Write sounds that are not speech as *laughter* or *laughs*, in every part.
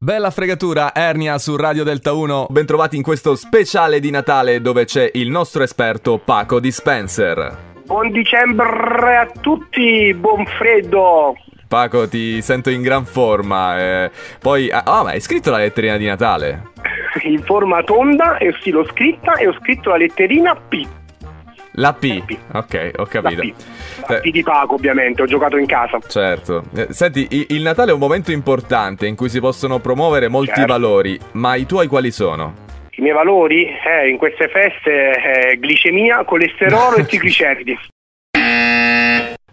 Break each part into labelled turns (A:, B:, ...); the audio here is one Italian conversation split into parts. A: Bella fregatura, Ernia su Radio Delta 1. Bentrovati in questo speciale di Natale dove c'è il nostro esperto Paco Dispenser.
B: Buon dicembre a tutti, buon freddo.
A: Paco, ti sento in gran forma. eh, poi, ah, ah, ma hai scritto la letterina di Natale?
B: In forma tonda, e sì, l'ho scritta e ho scritto la letterina P.
A: La P.
B: La P.
A: Ok, ho
B: La
A: capito.
B: P. La
A: Eh.
B: P di Paco, ovviamente, ho giocato in casa.
A: Certo. Eh, Senti, i- il Natale è un momento importante in cui si possono promuovere molti
B: Certo.
A: valori, ma i tuoi quali sono?
B: I miei valori eh, in queste feste eh, glicemia, colesterolo
A: *laughs*
B: e trigliceridi.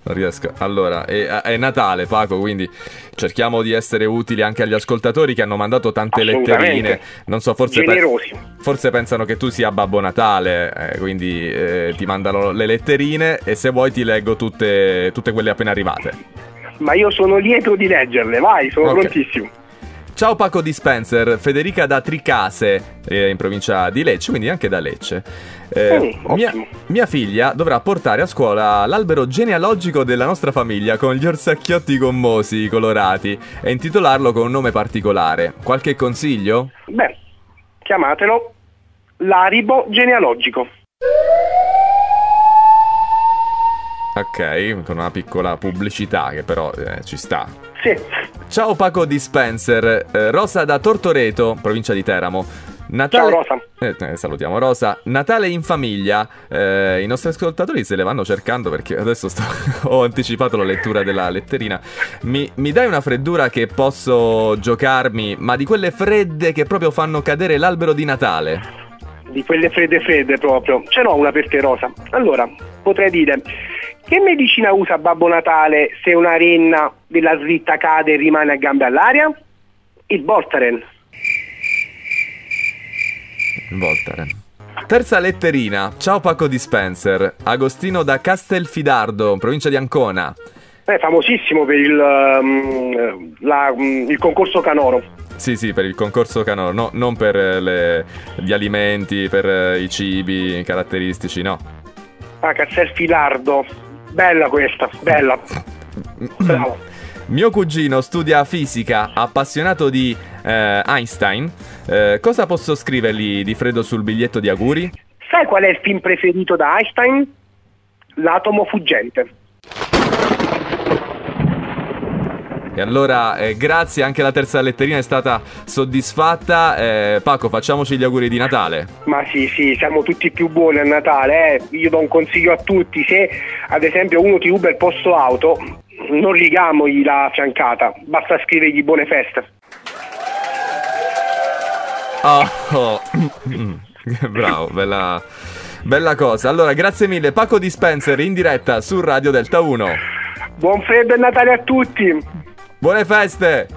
A: Non riesco. Allora, è, è Natale, Paco, quindi cerchiamo di essere utili anche agli ascoltatori che hanno mandato tante
B: Assolutamente.
A: letterine. Non so, forse, pe-
B: Generosi.
A: forse pensano che tu sia Babbo Natale, eh, quindi eh, ti mandano le letterine e se vuoi ti leggo tutte, tutte quelle appena arrivate.
B: Ma io sono lieto di leggerle, vai, sono
A: Ok.
B: prontissimo.
A: Ciao Paco Dispenser, Federica da Tricase, eh, in provincia di Lecce, quindi anche da Lecce. Eh,
B: Mm,
A: mia,
B: ottimo.
A: mia figlia dovrà portare a scuola l'albero genealogico della nostra famiglia con gli orsacchiotti gommosi colorati e intitolarlo con un nome particolare. Qualche consiglio?
B: Beh, chiamatelo l'aribo genealogico.
A: Ok, con una piccola pubblicità che però eh, ci sta.
B: Sì,
A: Ciao Paco Dispenser, eh, Rosa da Tortoreto, provincia di Teramo.
B: ciao
A: Natale...
B: Rosa.
A: Eh, eh, salutiamo Rosa. Natale in famiglia. Eh, I nostri ascoltatori se le vanno cercando perché adesso sto- *laughs* ho anticipato la lettura della letterina. Mi, mi dai una freddura che posso giocarmi, ma di quelle fredde che proprio fanno cadere l'albero di Natale.
B: di quelle fredde fredde proprio. Ce n'ho una per te Rosa. Allora, potrei dire, che medicina usa Babbo Natale se una renna della slitta cade e rimane a gambe all'aria? Il Voltaren.
A: Voltaren. Terza letterina. Ciao Paco Dispenser. Agostino da Castelfidardo, provincia di Ancona.
B: È eh, famosissimo per il, ehm, la- mm, il concorso canoro.
A: Sì, sì, per il concorso canoro, no, non per eh, le- gli alimenti, per eh, i cibi caratteristici, no.
B: Ah, Castel Filardo. Bella questa, bella. Bravo.
A: Mio cugino studia fisica, appassionato di eh, Einstein. Eh, cosa posso scrivergli di freddo sul biglietto di auguri?
B: Sai qual è il film preferito da Einstein? L'atomo fuggente.
A: E allora, eh, grazie, anche la terza letterina è stata soddisfatta. Eh, Paco, facciamoci gli auguri di Natale.
B: Ma sì, sì, siamo tutti più buoni a Natale, eh. Io do un consiglio a tutti, se ad esempio uno ti ruba il posto auto, non rigamogli la fiancata, basta scrivergli buone feste.
A: Oh, oh. *coughs* Bravo, bella, bella cosa. Allora, grazie mille. Paco Dispenser in diretta su Radio Delta 1.
B: Buon freddo e Natale a tutti!
A: Buone feste!